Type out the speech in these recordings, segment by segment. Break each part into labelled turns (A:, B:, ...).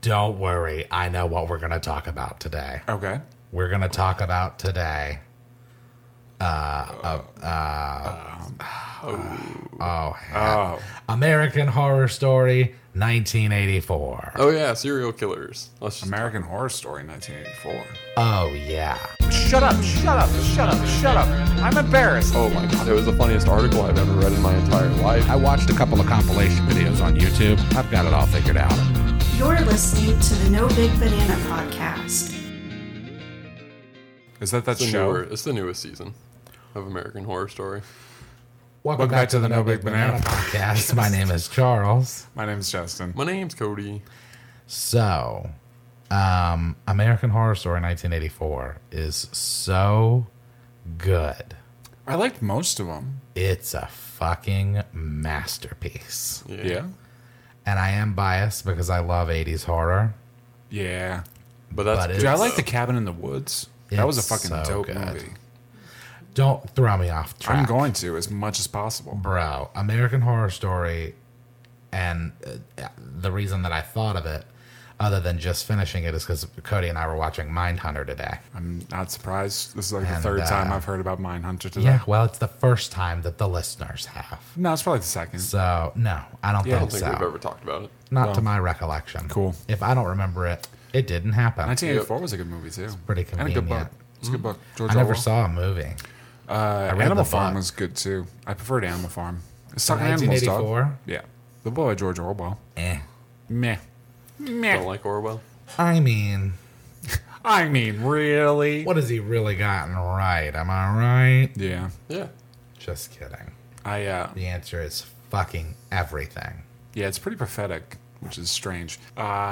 A: Don't worry. I know what we're going to talk about today.
B: Okay.
A: We're going to talk about today.
B: Oh.
A: American Horror Story 1984.
B: Oh yeah, serial killers. Let's just
C: American Horror Story 1984.
A: Oh, yeah.
C: Shut up, shut up, shut up, shut up. I'm embarrassed.
B: Oh my god, it was the funniest article I've ever read in my entire life.
A: I watched a couple of compilation videos on YouTube. I've got it all figured out.
D: You're listening to the No Big Banana podcast.
C: Is that that
B: It's the,
C: show?
B: newer, it's the newest season of American Horror Story.
A: Welcome,
C: back to the No Big Banana
A: podcast. My name is Charles.
C: My name's Justin.
B: My name's Cody.
A: So, um, American Horror Story 1984 is so good.
C: I liked most of them.
A: It's a fucking masterpiece.
B: Yeah.
A: And I am biased because I love 80s horror.
C: Yeah.
B: But that's
A: But
B: good,
A: it's-
C: Dude, I
B: though.
C: like The Cabin in the Woods. that was a
A: It's
C: fucking
A: so
C: dope
A: good.
C: movie.
A: Don't throw me off track.
C: I'm going to as much as possible.
A: bro american horror story and uh, the reason that i thought of it other than just finishing it is because cody and i were watching mindhunter today
C: I'm not surprised. This is like the
A: And,
C: third
A: uh,
C: time I've heard about Mindhunter today.
A: yeah well it's the first time that the listeners have
C: No, it's probably the second.
A: so no i don't
C: Yeah, I
B: I don't
A: think,
B: think
A: so
B: we've ever talked about it.
A: not to my recollection
C: Cool.
A: if i don't remember it it didn't happen
C: 1984 was a good movie too.
A: pretty
C: And a good book.
A: convenient. Mm.
C: It's a good book. George
A: i never
C: Orwell.
A: saw a movie
C: Uh,
A: read the
C: Animal Farm
A: book.
C: was good too. I preferred Animal Farm. It's sucking animals, dog.
A: 1984
C: Yeah. The boy George Orwell.
A: eh.
C: Meh. Meh.
B: Don't like Orwell.
A: i mean
C: I mean, really?
A: what has he really gotten right am i right
C: Yeah.
B: Yeah.
A: just kidding
C: I uh
A: the answer is fucking everything
C: yeah, it's pretty prophetic, which is strange.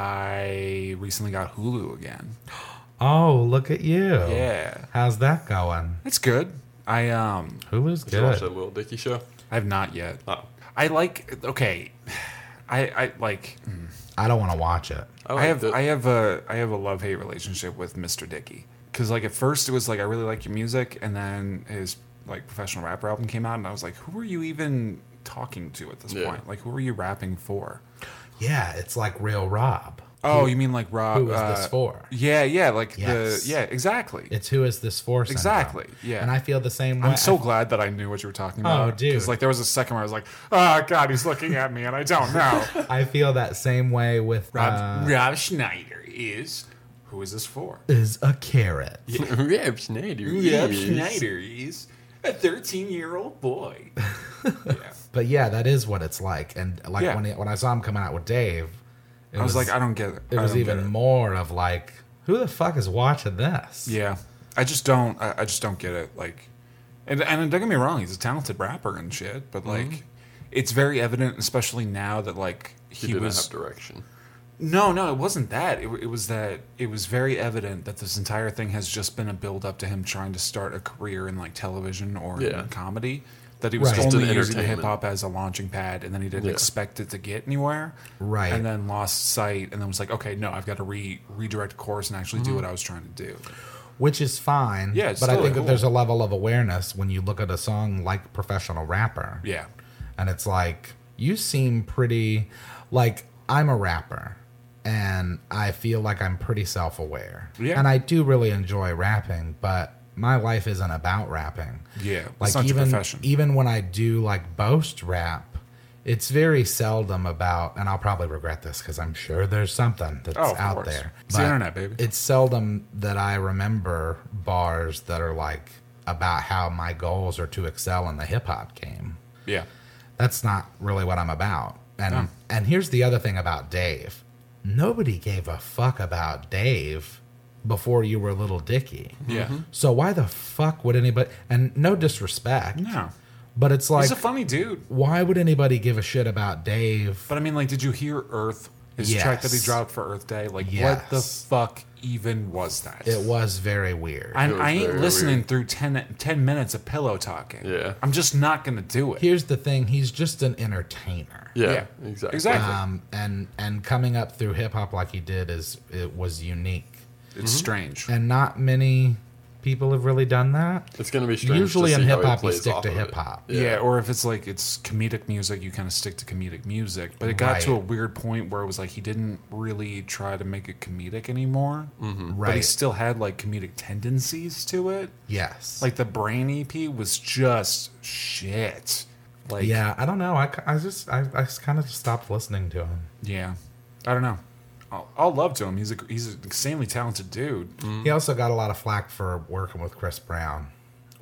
C: I recently got Hulu again.
A: Oh, look at you.
C: Yeah.
A: How's that going?
C: It's good. I um
A: Hulu's
B: Did you watch that
A: good.
B: Little Dicky show?
C: I have not yet.
B: Oh.
C: I like okay. I I like
A: Mm. I don't want to watch it.
B: I,
C: I,
B: liked
C: have
B: it.
C: I have a I have a love hate relationship with Mr. Dickey because like at first it was like I really like your music, and then his like professional rapper album came out, and I was like, who are you even talking to at this
B: Yeah.
C: point? Like, who are you rapping for?
A: Yeah, it's like real Rob.
C: Oh, you mean like Rob?
A: Who is this for?
C: Yeah, yeah, like
A: Yes.
C: the yeah, exactly.
A: It's who is this for? syndrome.
C: Exactly, yeah.
A: And I feel the same way.
C: I'm so glad that I knew what you were talking about.
A: dude.
C: Because like there was a second where I was like, oh god, he's looking at me, and I don't know.
A: I, I feel that same way with uh,
C: Rob, Rob Schneider is who is this for?
A: is a carrot.
B: Rob Schneider.
C: Rob
B: yes.
C: Schneider is a 13 year old boy. yeah.
A: But yeah, that is what it's like. And like
C: Yeah.
A: when it, when I saw him coming out with Dave, it
C: I was, like, I don't get it.
A: it
C: I
A: was
C: don't
A: even
C: get it.
A: more of like, who the fuck is watching this?
C: Yeah. I just don't. I, I just don't get it. Like, and, and don't get me wrong, he's a talented rapper and shit, but
B: Mm-hmm.
C: like, it's very evident, especially now that like
B: He,
C: he,
B: didn't
C: was.
B: have direction.
C: No, no, it wasn't that. It, w- it was that it was very evident that this entire thing has just been a build up to him trying to start a career in like television or in
B: Yeah.
C: comedy. That he was
A: Right.
B: Just
C: only
B: an
C: using
B: entertainment.
C: hip hop as a launching pad, and then he didn't
B: Yeah.
C: expect it to get anywhere.
A: Right.
C: And then lost sight, and then was like, okay, no, I've got to re- redirect course and actually
B: Mm-hmm.
C: do what I was trying to do.
A: which is fine.
C: Yeah, it's
A: but I
C: totally
A: think
C: cool.
A: that there's a level of awareness when you look at a song like professional rapper.
C: Yeah.
A: and it's like you seem pretty like i'm a rapper and i feel like i'm pretty self-aware
C: Yeah.
A: and i do really enjoy rapping but my life isn't about rapping
C: Yeah,
A: like
C: it's not your
A: even
C: profession.
A: even when i do like boast rap it's very seldom about and i'll probably regret this because i'm sure there's something that's
C: Oh, of
A: out
C: course.
A: there
C: It's the
A: but
C: internet, baby.
A: it's seldom that i remember bars that are like about how my goals are to excel in the hip-hop game
C: Yeah.
A: that's not really what I'm about. And and here's the other thing about Dave. Nobody gave a fuck about Dave before you were little Dicky.
C: Yeah.
A: So why the fuck would anybody and no disrespect.
C: No.
A: But it's like
C: He's a funny dude.
A: why would anybody give a shit about Dave?
C: But I mean, like, did you hear Earth? His track that he
A: Yes.
C: dropped for Earth Day? Like, what the
A: Yes.
C: fuck even was that?
A: It was very weird.
C: I,
B: It was
C: I ain't
B: very
C: listening
B: weird.
C: through 10, 10 minutes of pillow talking.
B: Yeah.
C: I'm just not going to do it.
A: here's the thing, he's just an entertainer.
B: Yeah, exactly.
C: Exactly.
A: Um and and coming up
B: Mm-hmm.
A: through hip hop like he did is it was unique.
C: it's strange.
A: and not many people have really done that.
E: It's going to be strange.
A: Usually
E: to
A: in
E: see how
A: hip
E: he
A: hop, you
E: plays
A: stick
E: off
A: to
E: of it.
A: hip hop.
C: Yeah. or if it's like it's comedic music, you kind of stick to comedic music. But it got to
A: Right.
C: a weird point where it was like he didn't really try to make it comedic anymore,
B: Mm-hmm.
C: but he
A: Right.
C: still had like comedic tendencies to it.
A: Yes.
C: Like the Brain EP was just shit. Like
A: yeah, I don't know. I, ca- I just I, I just kind of just stopped listening to him.
C: yeah. I don't know. All, all love to him. He's a he's an extremely talented dude.
E: Mm-hmm.
A: He also got a lot of flack for working with Chris Brown,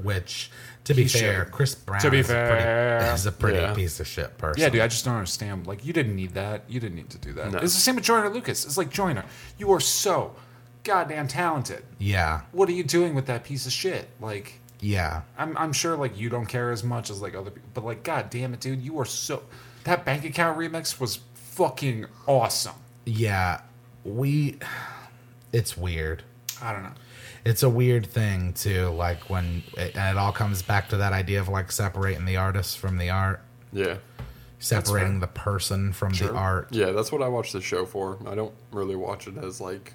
A: which, to be
C: He
A: fair,
C: should.
A: Chris Brown
C: To be
A: is, A
C: fair.
A: pretty, is a pretty
E: Yeah.
A: piece of shit person.
C: Yeah, dude, I just don't understand. Like, you didn't need that. You didn't need to do that.
E: No.
C: It's the same with Joyner Lucas. It's like Joyner, you are so goddamn talented.
A: Yeah,
C: What are you doing with that piece of shit? Like,
A: yeah.
C: I'm I'm sure like you don't care as much as like other people, but like, god damn it, dude, you are so. That bank account remix was fucking awesome.
A: Yeah, we. It's weird.
C: I don't know.
A: It's a weird thing too. Like when it, and it all comes back to that idea of like separating the artist from the art,
E: Yeah.
A: separating the person from the art.
E: Yeah, that's what I watch the show for. I don't really watch it as like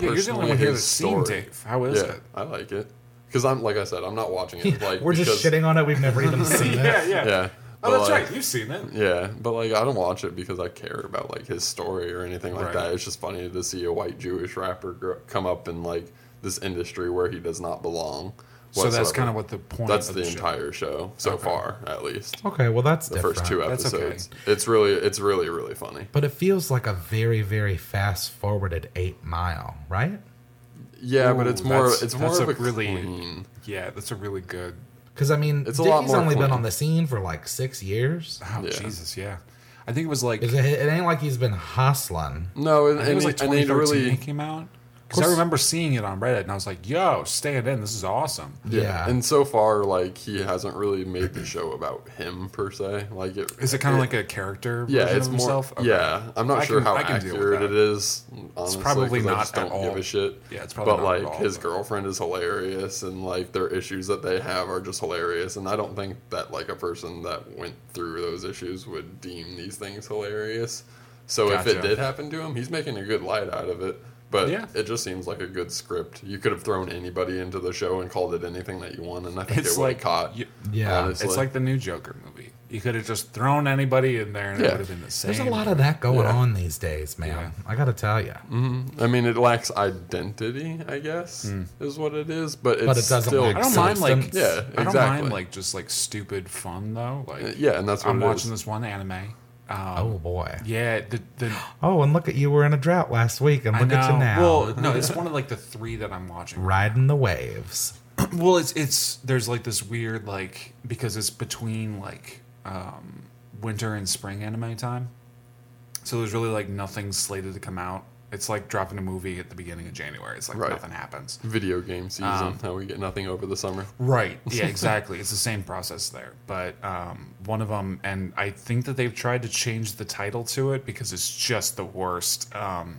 C: Yeah, you're the only
E: personally
C: one here
E: his
C: that's seen
E: story.
C: Dave. How is
E: yeah,
C: it?
E: I like it because I'm like I said, I'm not watching it. Like
A: We're just
E: because-
A: shitting on it. We've never even seen it.
C: Yeah, yeah.
E: Yeah.
C: Oh,
E: but,
C: that's
E: like-
C: right. You've seen it.
E: Yeah, but like I don't watch it because I care about like his story or anything like
C: Right.
E: that. It's just funny to see a white Jewish rapper grow, come up in like this industry where he does not belong.
C: So that's
E: whatsoever.
C: kind of what the point.
E: that's
C: of
E: the
C: show-
E: entire show so
C: Okay.
E: far, at least
A: Okay, well that's
E: the first two
C: That's okay.
E: episodes. It's really, it's really, really funny.
A: But it feels like a very, very fast forwarded eight mile, right?
E: Yeah, but
C: Ooh,
E: it's more,
C: that's-
E: it's more
C: that's
E: of
C: a
E: a
C: really-
E: clean.
C: Yeah, that's a really good.
A: Because I mean,
E: It's
A: Dicky's
E: a lot more
A: only been
E: clean.
A: on the scene for like six years.
C: Oh
E: Yeah.
C: Jesus, yeah. I think it was like
A: It, it ain't like he's been hustling.
E: No, and,
C: I think it
E: and,
C: was
E: he-
C: like
E: and they
C: 2013
E: really,
C: it came out. Because I
A: course.
C: remember seeing it on Reddit, and I was like, "Yo, stand in. This is awesome."
A: Yeah.
E: And so far, like he hasn't really made the show about him per se. Like it
C: Is it kind of like a character?
E: yeah,
C: version
E: it's
C: of
E: more.
C: himself? Okay.
E: Yeah, I'm not
C: I
E: sure
C: can-
E: how
C: I can deal with
E: accurate
C: that.
E: it is. Honestly,
C: probably
E: 'cause I
C: not
E: just
C: at
E: don't
C: all.
E: give a shit.
C: Yeah, it's probably
E: But
C: not at
E: like
C: all,
E: his
C: but-
E: girlfriend is hilarious, and like their issues that they have are just hilarious. And I don't think that like a person that went through those issues would deem these things hilarious. So if it
C: Gotcha.
E: did happen to him, he's making a good light out of it. But
C: Yeah.
E: it just seems like a good script. You could have thrown anybody into the show and called it anything that you want, and I think
C: It's
E: it would have
C: like-
E: caught.
C: you-
A: Yeah.
C: It's like, the new Joker movie. You could have just thrown anybody in there, and it
E: Yeah.
C: would have been the same.
A: There's a lot of that going
E: Yeah.
A: on these days, man. I gotta tell you.
E: I mean, it lacks identity, I guess, is what it is. But it's
A: Hmm. But it doesn't
E: still,
A: lack
C: I don't mind like
A: Substance.
E: Yeah,
C: I don't
E: exactly.
C: mind like just like stupid fun though. Like
E: yeah, and that's what
C: I'm
E: it
C: watching
E: is.
C: this one anime. Um,
A: Oh boy.
C: yeah, the the
A: Oh, and look at you. We're in a drought last week, and
C: I
A: look at you
C: know.
A: now.
C: Well, no, it's one of like the three that I'm watching.
A: riding the waves.
C: Well, it's it's there's like this weird like because it's between like um, winter and spring anime time, so there's really like nothing slated to come out. It's like dropping a movie at the beginning of January. It's like
E: Right.
C: nothing happens.
E: Video game season,
C: Ah.
E: how we get nothing over the summer.
C: Right. Yeah. Exactly. it's the same process there, but um, one of them, and I think that they've tried to change the title to it because it's just the worst. Um,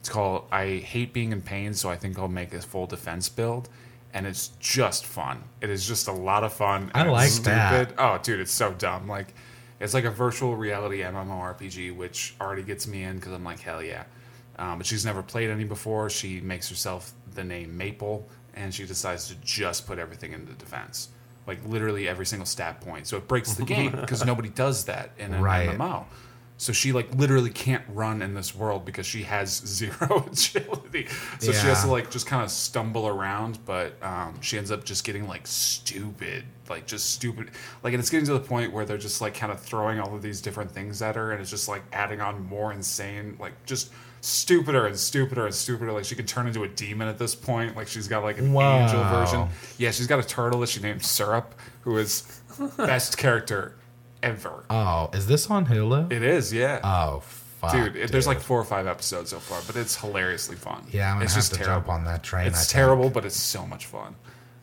C: it's called "I Hate Being in Pain," so I think I'll make a full defense build, and it's just fun. It is just a lot of fun.
A: I
C: and it's
A: like
C: stupid.
A: that.
C: Oh, dude, it's so dumb. Like, it's like a virtual reality MMORPG, which already gets me in because I'm like, hell yeah. Um, but she's never played any before. She makes herself the name Maple, and she decides to just put everything into defense, like literally every single stat point. So it breaks the game because nobody does that in an
A: Right.
C: MMO. So she like literally can't run in this world because she has zero agility. So she has to
A: Yeah.
C: like just kind of stumble around, but um, she ends up just getting like stupid, like just stupid. Like, and it's getting to the point where they're just like kind of throwing all of these different things at her, and it's just like adding on more insane, like just stupider and stupider and stupider. Like she can turn into a demon at this point. Like she's got like an angel
A: Wow.
C: version. Yeah, she's got a turtle that she named Syrup, who is best character ever.
A: Oh, is this on Hulu?
C: It is, yeah.
A: oh, fuck,
C: Dude, it there's like four or five episodes so far, but it's hilariously fun.
A: yeah, I'm gonna
C: it's
A: have to jump on that train. I
C: It's
A: think.
C: terrible, but it's so much fun.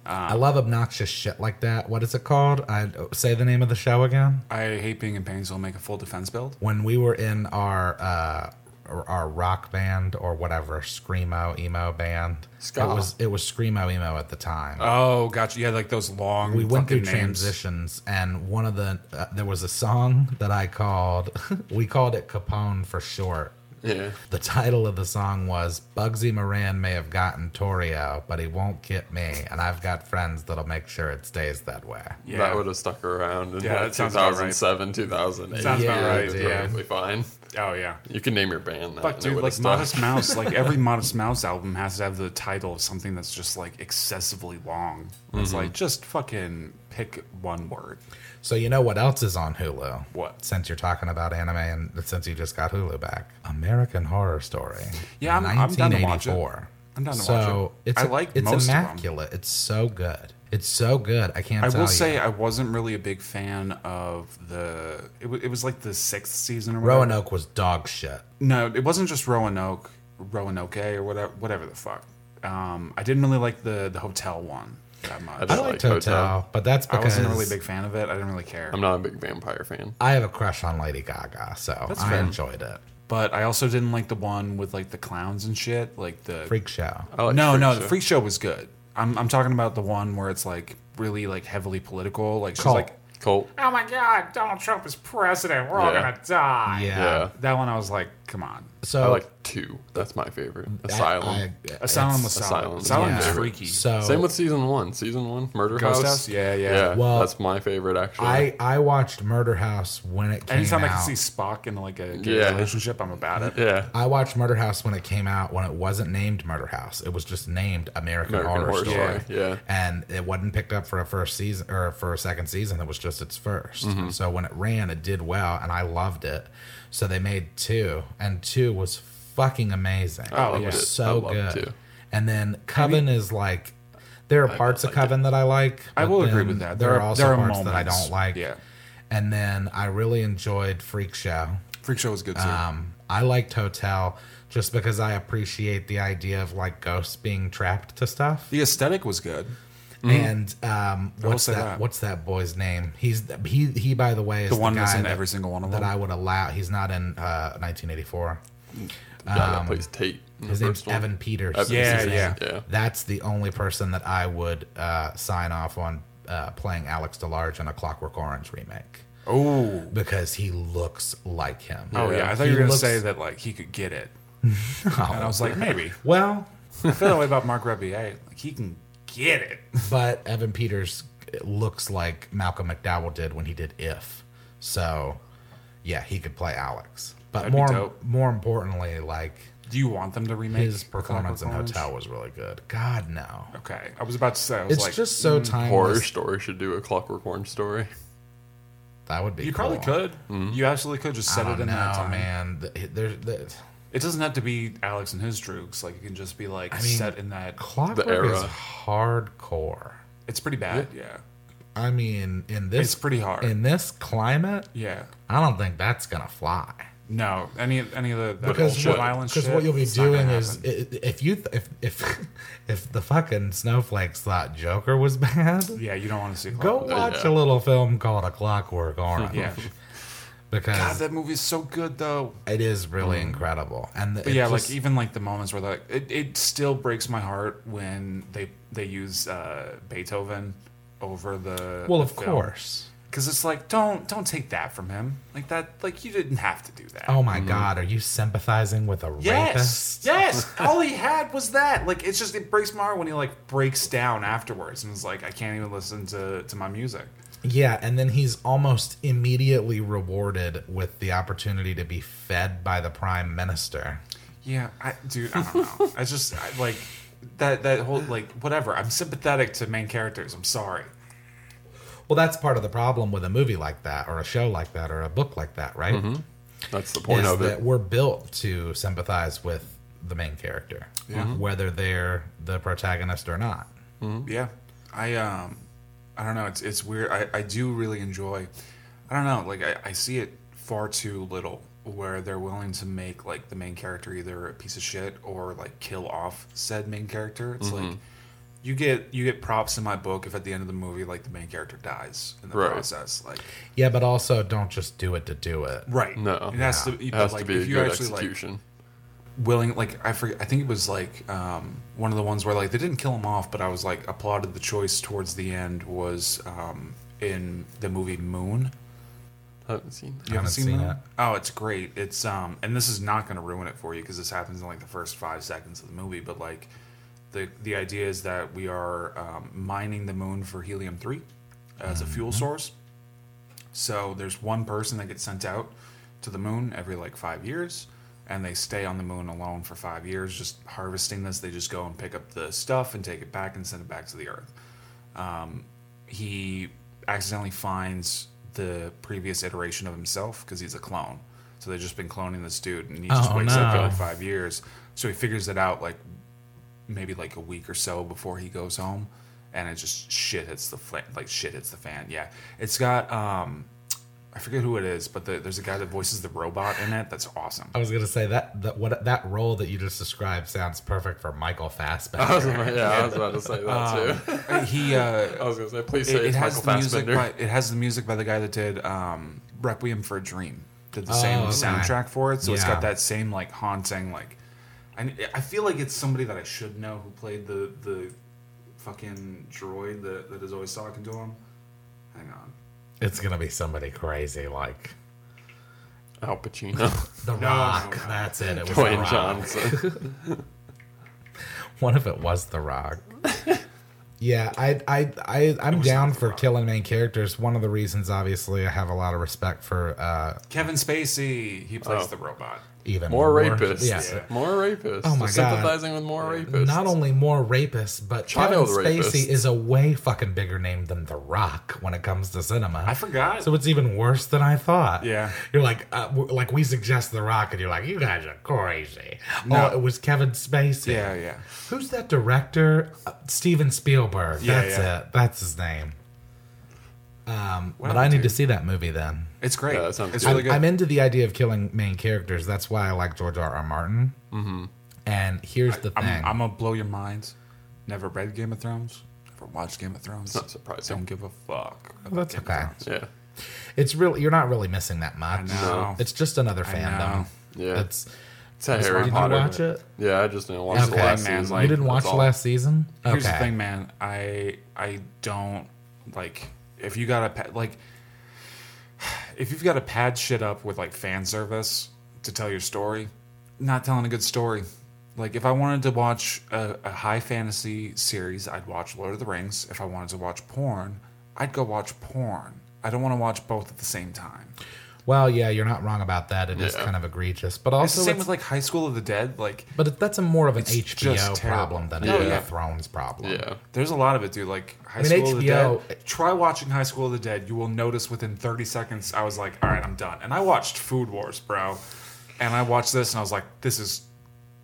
A: I love obnoxious shit like that. What is it called? I say the name of the show again.
C: I hate being in pain, so I'll make a full defense build.
A: When we were in our uh, our- our rock band or whatever screamo emo band,
E: Ska.
A: it was it was screamo emo at the time.
C: Oh, gotcha. Yeah, like those long.
A: we went through
C: fucking names.
A: transitions, and one of the uh, there was a song that I called. we called it Capone for short.
E: Yeah.
A: The title of the song was Bugsy Moran may have gotten Torio, but he won't get me, and I've got friends that'll make sure it stays that way.
C: Yeah.
E: That would have stuck around in
C: Yeah,
E: like
C: that sounds about right.
E: 2007, 2008.
C: Sounds
A: about
E: It was
C: right, yeah.
E: Perfectly fine.
C: oh yeah.
E: You can name your band that.
C: Fuck,
E: and it
C: dude,
E: would
C: like
E: have
C: Modest
E: stuck.
C: Mouse, like every Modest Mouse album has to have the title of something that's just like excessively long.
E: Mm-hmm.
C: It's like just fucking pick one word.
A: So you know what else is on Hulu?
C: What?
A: Since you're talking about anime and since you just got Hulu back, American Horror Story.
C: Yeah, I'm- I'm down to watch it.
A: 1984.
C: I'm down to
A: so
C: watch it.
A: It's
C: I like
A: it's
C: most of 'em.
A: immaculate. It's so good. It's so good. I can't.
C: I
A: tell
C: will say uh,
A: you.
C: I wasn't really a big fan of the. It, w- it was like the sixth season or whatever.
A: Roanoke was dog shit.
C: No, it wasn't just Roanoke, Roanoke or whatever, whatever the fuck. Um, I didn't really like the the hotel one that much.
E: I
A: I
E: like
A: liked Hotel,
E: Hotel.
A: but that's
C: I
A: because
C: wasn't really a big fan of it. I didn't really care.
E: I'm not a big vampire fan.
A: I have a crush on Lady Gaga, so
C: That's
A: I
C: fair.
A: enjoyed it.
C: But I also didn't like the one with like the clowns and shit. Like the
A: Freak show.
E: I Oh, like
C: no,
E: Freak
C: no,
E: Show.
C: the freak show was good. I'm I'm talking about the one where it's like really like heavily political. Like she's
A: Cult.
C: like,
E: Colt.
C: oh my god, Donald Trump is president. We're all
E: Yeah.
C: gonna die.
A: Yeah.
E: Yeah.
C: That one I was like, come on.
A: So
E: I like two. That's my favorite. Asylum.
C: Asylum was
A: it's-
C: solid. Asylum,
E: Asylum.
C: was
A: Yeah.
C: freaky.
A: So
E: Same with season one. Season one, Murder
C: Ghost
E: House.
C: House? Yeah, yeah.
A: Well,
E: that's my favorite actually.
A: I I watched Murder House when it came
C: Anytime
A: out.
C: I can see Spock in like a gay
E: Yeah.
C: relationship, I'm about it.
E: yeah,
A: I watched Murder House when it came out when it wasn't named Murder House. It was just named American,
E: American
A: Horror,
E: Horror
A: Story.
E: Story, yeah.
A: And it wasn't picked up for a first season or for a second season. It was just its 1st
C: Mm-hmm.
A: So when it ran, it did well and I loved it. So they made two and two was fucking amazing.
E: I
A: it
E: loved
A: was
E: it. I
A: so
E: loved
A: good.
E: two.
A: And then Coven is like there are parts of Coven that I like.
C: I
A: but
C: will agree
A: then
C: with that.
A: There,
C: There
A: are
C: are-
A: also
C: there are
A: parts that I
C: moments.
A: don't like.
C: Yeah.
A: And then I really enjoyed Freak Show.
C: Freak Show was good too.
A: Um, I liked Hotel just because I appreciate the idea of like ghosts being trapped to stuff.
C: the aesthetic was good.
E: Mm-hmm.
A: And um, what's
C: say
A: that,
C: that.
A: What's that boy's name? He's the- he he. By the way, is the,
C: The one that's
A: guy
C: in
A: that,
C: every single one of
A: that
C: them.
A: I would allow. He's not in uh, 1984.
E: yeah, that plays Tate. in the
A: His name's
E: first one.
A: Evan Peters.
E: Evan
A: is his
C: Peters,
A: name.
E: yeah.
A: That's the only person that I would uh, sign off on uh, playing Alex DeLarge in a Clockwork Orange remake
C: Oh,
A: because he looks like him.
C: oh yeah. I thought
A: He
C: you were gonna
A: looks-
C: say that like he could get it, and I was like, maybe.
A: Oh. Well,
C: I feel that way about Mark Rebier. Like he can get it.
A: but Evan Peters looks like Malcolm McDowell did when he did If. So, yeah, he could play Alex. But
C: That'd be
A: more
C: dope.
A: more importantly, like
C: Do you want them to remake
A: his performance in
C: Clockwork Orange?
A: Hotel was really good. God no,
C: Okay, I was about to say. I was
A: it's
C: like, mm,
A: just so
E: Horror
A: timeless.
E: Story should do a Clockwork Orange story.
A: That would be.
C: you probably
A: cool. Mm-hmm.
C: could. You absolutely could just
A: I
C: set it
A: don't
C: in that
A: know,
C: time.
A: man. The- There, the,
C: It doesn't have to be Alex and his droogs. Like it can just be like
A: mean,
C: set in that.
A: Clockwork
E: era.
A: is hardcore.
C: It's pretty bad. Yeah,
A: I mean, in this
C: It's pretty hard.
A: in this climate.
C: yeah.
A: I don't think that's gonna fly.
C: No, any any of the that
A: because
C: bullshit
A: what,
C: violence.
A: because
C: shit,
A: what you'll be
C: it's not gonna
A: doing is
C: happen.
A: i- i- if you th- if if if the fucking snowflakes thought Joker was bad,
C: yeah, you don't want to see.
A: go
C: Clockwork.
A: watch
E: Yeah.
A: a little film called A Clockwork Orange.
C: Yeah, God,
A: because
C: that movie is so good though.
A: it is really incredible. And the,
C: But
A: it
C: yeah,
A: just-
C: like even like the moments where like it, it still breaks my heart when they they use uh, Beethoven over the
A: well, of course.
C: because it's like don't don't take that from him like that like you didn't have to do that.
A: Oh my God, are you sympathizing with a
C: Mm-hmm. Yes,
A: rapist?
C: yes. All he had was that. Like it's just it breaks my heart when he like breaks down afterwards and is like, I can't even listen to to my music.
A: Yeah, and then he's almost immediately rewarded with the opportunity to be fed by the prime minister.
C: Yeah, I, dude, I don't know. I just I, like that that whole like whatever. I'm sympathetic to main characters. I'm sorry.
A: Well, that's part of the problem with a movie like that, or a show like that, or a book like that, right?
C: Mm-hmm.
E: That's the point
A: is
E: of
A: that
E: it.
A: we're built to sympathize with the main character,
E: Mm-hmm.
A: whether they're the protagonist or not.
C: Yeah, I um, I don't know. It's it's weird. I I do really enjoy. I don't know. Like I, I see it far too little where they're willing to make like the main character either a piece of shit or like kill off said main character. It's
E: Mm-hmm.
C: like you get you get props in my book if at the end of the movie like the main character dies in the
E: Right.
C: process. Like
A: Yeah, but also don't just do it to do it.
C: right.
E: No,
C: It has to.
E: it
C: but,
E: has
C: like,
E: to be a
C: if you
E: good
C: actually, like,
E: execution.
C: willing like i forget i think it was like um one of the ones where like they didn't kill him off but i was like applauded the choice towards the end was um in the movie moon
E: I haven't seen that.
C: You
A: Haven't
C: haven't seen,
A: seen
C: that?
A: it.
C: Oh, it's great. It's um, and this is not going to ruin it for you because this happens in like the first five seconds of the movie. But like, the the idea is that we are um, mining the moon for helium three as a fuel
A: Mm-hmm.
C: source. So there's one person that gets sent out to the moon every like five years, and they stay on the moon alone for five years, just harvesting this. They just go and pick up the stuff and take it back and send it back to the Earth Um, he accidentally finds the previous iteration of himself because he's a clone. So they've just been cloning this dude, and he just
A: Oh,
C: wakes up
A: no.
C: every five years. So he figures it out like maybe like a week or so before he goes home, and it just shit hits the fl- like shit hits the fan. Yeah, it's got um, I forget who it is, but the, there's a guy that voices the robot in it. That's awesome.
A: I was gonna say that that what that role that you just described sounds perfect for Michael
E: I was
A: Fassbender.
E: about- yeah, I was about to say that too.
C: He uh,
E: I was gonna say, please say
C: it, it
E: it's
C: has
E: Michael
C: the music
E: Fassbender.
C: by it has the music by the guy that did um, Requiem for a Dream. Did the same
A: Oh, okay.
C: soundtrack for it, so it's got
A: Yeah.
C: that same like haunting like. I I feel like it's somebody that I should know who played the the fucking droid that, that is always talking to him. Hang on.
A: It's gonna be somebody crazy like
E: Al Pacino,
A: The
C: No,
A: Rock.
C: no, no.
A: That's it. It was The
E: Dwayne
A: Rock.
E: Johnson.
A: What if it was The Rock? yeah, I, I, I, I'm down for killing main characters. One of the reasons, obviously, I have a lot of respect for uh,
C: Kevin Spacey, he plays
E: Oh.
C: the robot.
A: even
E: More rapists.
A: Yes.
C: Yeah.
E: More rapists.
A: Oh my
E: They're
A: God.
E: Sympathizing with more rapists.
A: Not only more rapists, but
E: Child
A: Kevin Spacey
E: rapists.
A: is a way fucking bigger name than The Rock when it comes to cinema.
C: I forgot.
A: So it's even worse than I thought.
C: Yeah.
A: you're like, uh, w- like we suggest The Rock, and you're like, you guys are crazy.
C: No.
A: Oh, it was Kevin Spacey.
C: yeah, yeah.
A: Who's that director? Uh, Steven Spielberg.
C: Yeah,
A: That's
C: yeah.
A: it. That's his name. Um,
C: Wow,
A: but I need to
C: dude.
A: see that movie then.
C: It's great.
E: Yeah, that sounds
C: it's
E: good.
C: really
A: I'm-
C: good.
A: I'm into the idea of killing main characters. That's why I like George R. R. Martin. Mm-hmm. And here's the thing.
C: I'm, I'm gonna blow your minds. Never read Game of Thrones. Never watched Game of Thrones.
E: not surprising.
C: Don't give a fuck. about
A: That's
C: Game of
A: okay.
C: Thrones.
E: Yeah.
A: it's really you're not really missing that
C: I
A: much.
C: know.
A: It's just another
C: know.
A: fandom.
E: Yeah.
A: It's
E: It's a
A: did
E: Harry
A: you
E: Potter.
A: watch it?
E: Yeah, I just didn't watch
A: Okay.
E: the last
C: Man,
E: season.
C: like-
A: you didn't watch
E: that's all.
A: last season? Okay.
C: Here's the thing, man. I I don't like if you got to like if you've got to pad shit up with like fan service to tell your story, not telling a good story. Like if I wanted to watch a, a high fantasy series, I'd watch Lord of the Rings. If I wanted to watch porn, I'd go watch porn. I don't want to watch both at the same time.
A: Well, yeah, you're not wrong about that. It is
E: Yeah.
A: kind of egregious, but
C: It's
A: also
C: the same
A: it's-
C: with like High School of the Dead. Like
A: But it- that's a more of an
C: It's
A: HBO
C: just terrible.
A: problem than a
E: Yeah.
A: Game
E: Yeah.
A: of Thrones problem.
E: Yeah.
C: There's a lot of it, dude. Like High
A: I mean,
C: School of the
A: HBO
C: Dead. Try watching High School of the Dead. You will notice within 30 seconds, I was like, all right, I'm done. And I watched Food Wars, bro. And I watched this, and I was like, this is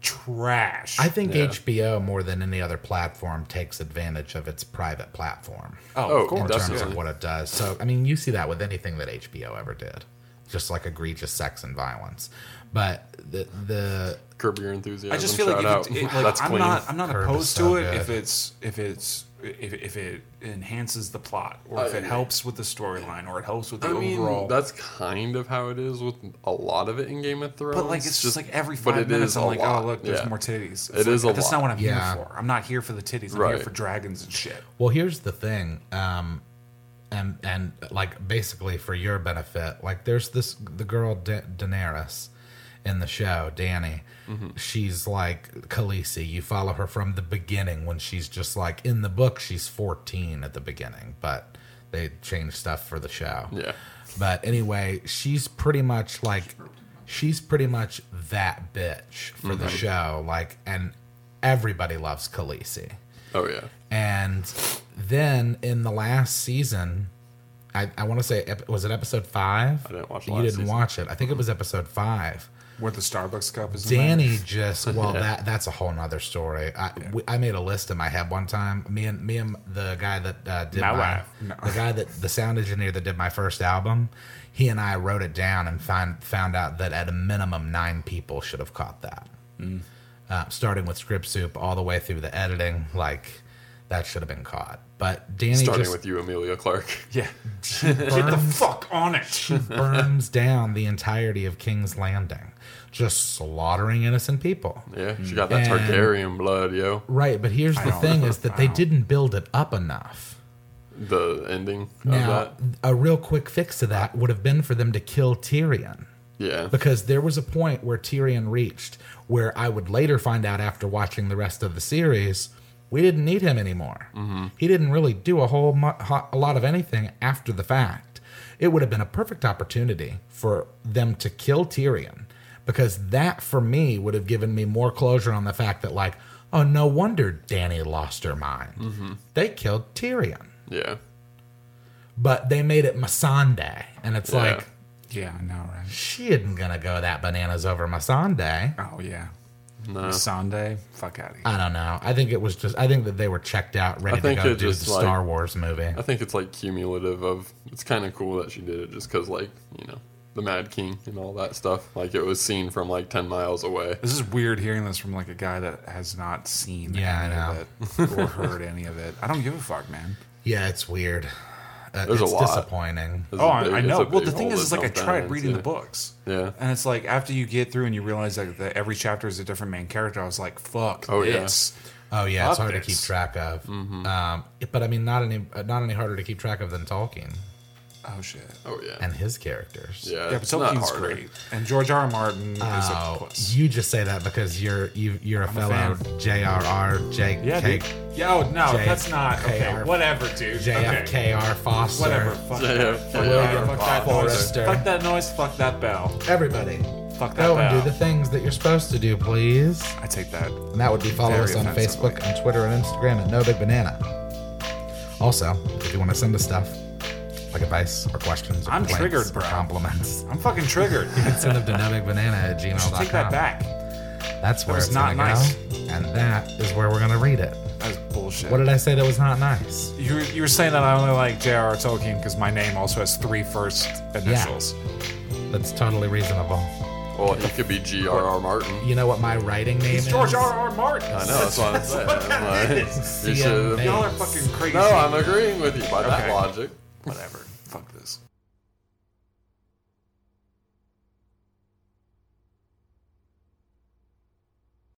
C: trash.
A: I think
E: Yeah.
A: HBO more than any other platform takes advantage of its private platform
C: oh,
E: Oh,
C: of course.
A: in terms
E: definitely.
A: of what it does. So, I mean, you see that with anything that HBO ever did, just like egregious sex and violence. But the the
E: Curb Your Enthusiasm.
C: I just feel like,
E: shout
C: if it, it,
E: out.
C: like
E: That's
C: I'm
E: clean.
C: not I'm not
A: Curve is
C: opposed
A: so
C: to it if
A: good.
C: it's if it's if, if it enhances the plot or
E: I
C: if it
E: agree.
C: helps with the storyline or it helps with the
E: I mean,
C: overall.
E: that's kind of how it is with a lot of it in Game of Thrones.
C: But like it's just, like every
E: but
C: five
E: it
C: minutes,
E: is
C: I'm
E: a
C: like,
E: lot.
C: oh look, there's
E: Yeah.
C: more titties. It's
E: It
C: like,
E: is a
C: That's
E: lot.
C: not what I'm
A: Yeah.
C: here for. I'm not here for the titties. I'm
E: Right.
C: here for dragons and shit.
A: well, here's the thing. Um, and and like basically for your benefit, like there's this the girl da- Daenerys in the show, Danny. She's like Khaleesi. You follow her from the beginning when she's just like in the book. She's 14 at the beginning, but they changed stuff for the show.
E: Yeah.
A: But anyway, she's pretty much like she's pretty much that bitch for the show. Like, and everybody loves Khaleesi.
E: Oh yeah.
A: And then in the last season, I, I want to say, ep- was it episode five? I
E: didn't watch the
A: You
E: last
A: didn't
E: season.
A: watch it. I think it was episode five.
C: Where the Starbucks cup is. in there.
A: Danny just well that that's a whole nother story. I we- I made a list in my head one time. Me and me and the guy that uh, did
C: My
A: my,
C: wife. No.
A: the guy that the sound engineer that did my first album. He and I wrote it down and find found out that at a minimum nine people should have caught that.
C: Mm.
A: Uh, starting with script soup all the way through the editing, like that should have been caught. But Danny
E: Starting
A: just
E: with you, Amelia Clark.
C: Yeah. Get the
A: burns-
C: fuck on it.
A: burns down the entirety of King's Landing, just slaughtering innocent people.
E: Yeah, she got that
A: And-
E: Targaryen blood, yo.
A: Right, but here's the
C: don't-
A: thing is that
C: I
A: they
C: don't-
A: didn't build it up enough.
E: the ending
A: Now,
E: of that.
A: a real quick fix to that would have been for them to kill Tyrion.
E: Yeah.
A: Because there was a point where Tyrion reached where I would later find out after watching the rest of the series, we didn't need him anymore. He didn't really do a whole mu- ho- a lot of anything after the fact. It would have been a perfect opportunity for them to kill Tyrion because that for me would have given me more closure on the fact that like, oh no wonder Danny lost her mind. They killed Tyrion
E: Yeah.
A: but they made it Masande. And it's
E: Yeah.
A: like,
C: Yeah, I know, right?
A: she isn't going to go that bananas over Masande.
C: Oh, yeah.
E: No.
C: Sunday? Fuck out of here.
A: I don't know. I think it was just, I think that they were checked out, ready
E: I think
A: to go
E: it
A: do the
E: just, like-
A: Star Wars movie.
E: I think it's like cumulative of. It's kind of cool that she did it just because, like, you know, the Mad King and all that stuff. Like, it was seen from like 10 miles away.
C: This is weird hearing this from like a guy that has not seen
A: Yeah,
C: any
A: I
C: of it or heard any of it. I don't give a fuck, man.
A: Yeah, it's weird. Uh,
E: There's a
A: it's
E: lot.
A: disappointing.
E: It's a
C: Oh, I,
E: big-
C: I
E: it's
C: know.
E: a
C: Well,
E: big
C: the thing
E: hole
C: is,
E: that
C: is like I
E: jumped down
C: tried reading the
E: into.
C: books,
E: Yeah.
C: and it's like after you get through and you realize like that every chapter is a different main character. I was like, fuck
E: Oh, yeah.
C: this.
A: Oh yeah, it's
C: Fuck
A: hard to
C: this.
A: keep track of.
E: Mm-hmm.
A: Um, but I mean, not any uh, not any harder to keep track of than Tolkien
C: Oh shit.
E: Oh, yeah.
A: and his characters.
E: yeah.
C: Yeah, but
E: it's not
C: Tolkien's
E: harder.
C: great, and George R. R. Martin is a
A: Oh,
C: puss.
A: you just say that because you're you, you're a fellow
C: fan.
A: J.R.R. J.K.
C: Yeah, dude. Yo, no,
A: J-
C: that's not okay.
A: KR.
C: Whatever, dude. Okay.
A: J.F.K.R. Foster.
C: Whatever. Fuck that.
E: JFK.
C: Fuck that. Fuck that noise.
A: Forrester.
C: Fuck that noise. Fuck that bell.
A: Everybody,
C: Fuck that
A: Go and
C: bell.
A: do the things that you're supposed to do, please.
C: I take that.
A: And that would be follow
C: Very
A: us on
C: offensive.
A: Facebook and Twitter and Instagram at No Big Banana. Also, if you want to send us stuff, like advice or questions or
C: I'm
A: complaints
C: triggered,
A: or
C: bro.
A: compliments,
C: I'm fucking triggered.
A: send them to nobigbbanana at gmail.com.
C: Take that back.
A: That's where
C: was
A: it's
C: not
A: gonna
C: nice.
A: go. And that is where we're going to read it.
C: That's bullshit.
A: What did I say that was not nice?
C: you, were, you were saying that I only like J.R.R. Tolkien because my name also has three first initials.
A: That's totally reasonable.
E: Well, he could be G.R.R. Martin.
A: You know what my writing name
C: It's
A: is?
C: George R.R. Martin.
E: I know. That's what I'm saying. I'm like, you
A: CM
E: should.
A: Bates.
C: Y'all are fucking crazy.
E: No, I'm agreeing with you by that
C: Okay.
E: logic.
C: Whatever.